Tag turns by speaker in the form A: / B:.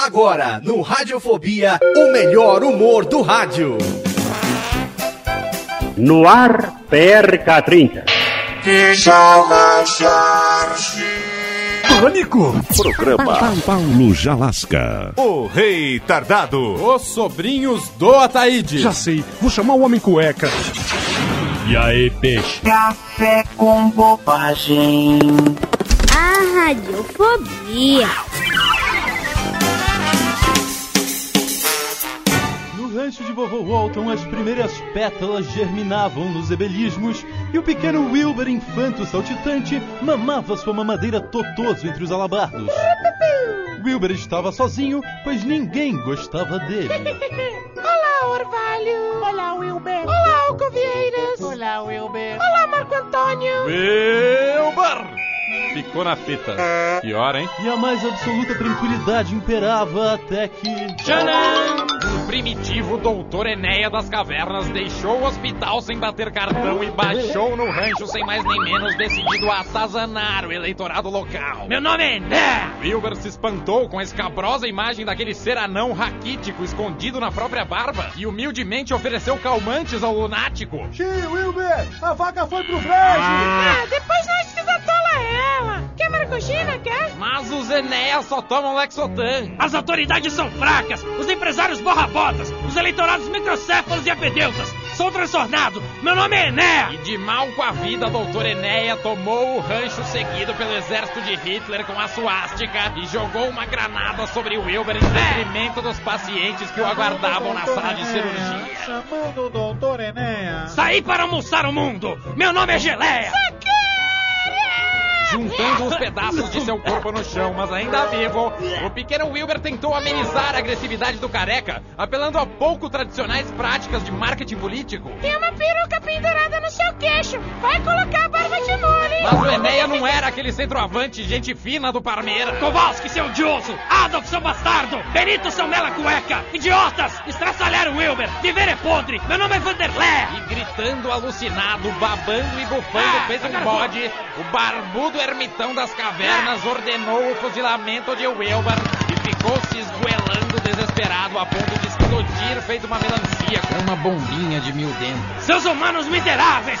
A: Agora, no Radiofobia, o melhor humor do rádio.
B: No ar, PRK30.
C: Pânico!
D: Programa Paulo Jalasca.
A: O Rei Tardado.
C: Os sobrinhos do Ataíde.
E: Já sei, vou chamar o Homem Cueca.
B: E aí, peixe?
F: Café com bobagem.
G: A radiofobia.
H: No rancho de vovô Walton, as primeiras pétalas germinavam nos ebelismos e o pequeno Wilbur Infanto saltitante mamava sua mamadeira totoso entre os alabardos. Wilbur estava sozinho, pois ninguém gostava dele.
I: Olá, Orvalho! Olá, Wilber! Olá, Alcovieiras! Olá, Wilber! Olá, Marco Antônio!
C: Wilbur! Ficou na fita. Pior, hein?
H: E a mais absoluta tranquilidade imperava até que.
J: Tcharam! O primitivo doutor Enéia das Cavernas deixou o hospital sem bater cartão e baixou no rancho sem mais nem menos decidido a atazanar o eleitorado local. Meu nome é Enéia! Wilber se espantou com a escabrosa imagem daquele ser anão raquítico escondido na própria barba e humildemente ofereceu calmantes ao lunático.
K: Tio Wilber, a vaca foi pro brejo!
I: Ah, depois nós desatola ela! Quer maracujina, quer?
J: Mas os Enéas só tomam Lexotan. As autoridades são fracas, os empresários borrabotas, os eleitorados microcéfalos e apedeutas. Sou transtornado, meu nome é Enéa! E de mal com a vida, a doutora Enéia tomou o rancho seguido pelo exército de Hitler com a suástica e jogou uma granada sobre o Wilber em detrimento dos pacientes que o aguardavam na sala de cirurgia.
K: Chamando o doutor Enéas.
J: Saí para almoçar o mundo! Meu nome é Geleia! Juntando uns pedaços de seu corpo no chão, mas ainda vivo, o pequeno Wilber tentou amenizar a agressividade do careca, apelando a pouco tradicionais práticas de marketing político.
I: Tem uma peruca pendurada no seu queixo! Vai colocar a barba de molho!
J: Mas o Enéia não era aquele centroavante gente fina do Parmeira. Kowalski, seu odioso! Adolf, seu bastardo! Benito, seu mela cueca! Idiotas! Estraçalharam o Wilber! Viver é podre! Meu nome é Vanderlé! E gritando alucinado, babando e bufando, fez um bode. O barbudo ermitão das cavernas ordenou o fuzilamento de Wilber e ficou se esgoelando desesperado a ponto de explodir feito uma melancia com uma bombinha de mil dentes. Seus humanos miseráveis!